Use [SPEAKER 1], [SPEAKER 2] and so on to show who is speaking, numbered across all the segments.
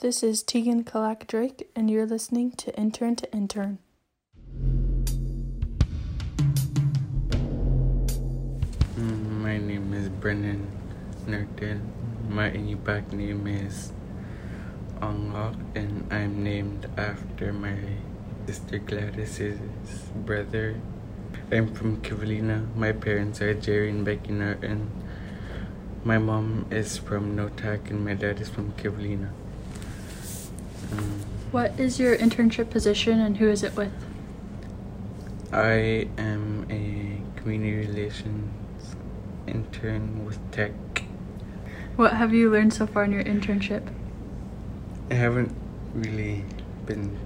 [SPEAKER 1] This is Tegan Kalak Drake, and you're listening to Intern to Intern.
[SPEAKER 2] Mm, My name is Brennan Nurton. My impact name is Ongok, and I'm named after my sister Gladys's brother. I'm from Kivalina. My parents are Jerry and Becky Nurton. My mom is from Notak, and my dad is from Kivalina. Um,
[SPEAKER 1] What is your internship position and who is it with?
[SPEAKER 2] I am a community relations intern with Tech.
[SPEAKER 1] What have you learned so far in your internship?
[SPEAKER 2] I haven't really been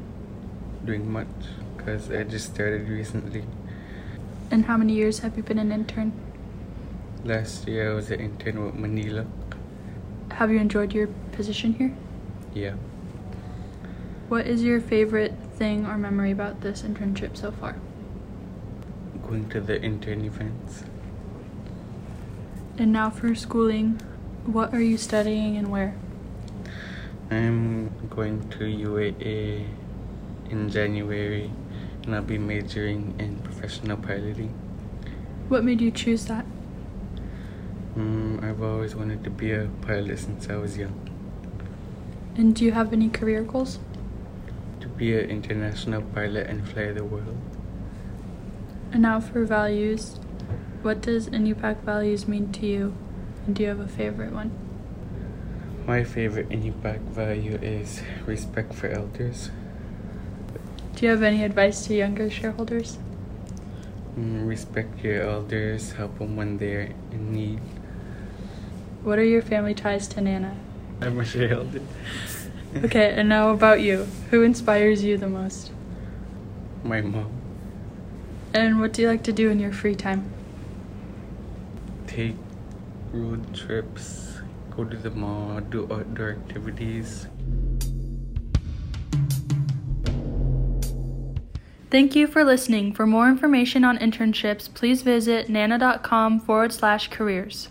[SPEAKER 2] doing much because I just started recently.
[SPEAKER 1] And how many years have you been an intern?
[SPEAKER 2] Last year I was an intern with Manila.
[SPEAKER 1] Have you enjoyed your position here?
[SPEAKER 2] Yeah.
[SPEAKER 1] What is your favorite thing or memory about this internship so far?
[SPEAKER 2] Going to the intern events.
[SPEAKER 1] And now for schooling, what are you studying and where?
[SPEAKER 2] I'm going to UAA in January and I'll be majoring in professional piloting.
[SPEAKER 1] What made you choose that?
[SPEAKER 2] Mm, I've always wanted to be a pilot since I was young.
[SPEAKER 1] And do you have any career goals?
[SPEAKER 2] To be an international pilot and fly the world.
[SPEAKER 1] And now for values. What does NUPAC values mean to you? And do you have a favorite one?
[SPEAKER 2] My favorite impact value is respect for elders.
[SPEAKER 1] Do you have any advice to younger shareholders?
[SPEAKER 2] Mm, Respect your elders, help them when they're in need.
[SPEAKER 1] What are your family ties to Nana?
[SPEAKER 2] I'm a shareholder.
[SPEAKER 1] Okay, and now about you. Who inspires you the most?
[SPEAKER 2] My mom.
[SPEAKER 1] And what do you like to do in your free time?
[SPEAKER 2] Take road trips, go to the mall, do outdoor activities.
[SPEAKER 1] Thank you for listening. For more information on internships, please visit nana.com forward slash careers.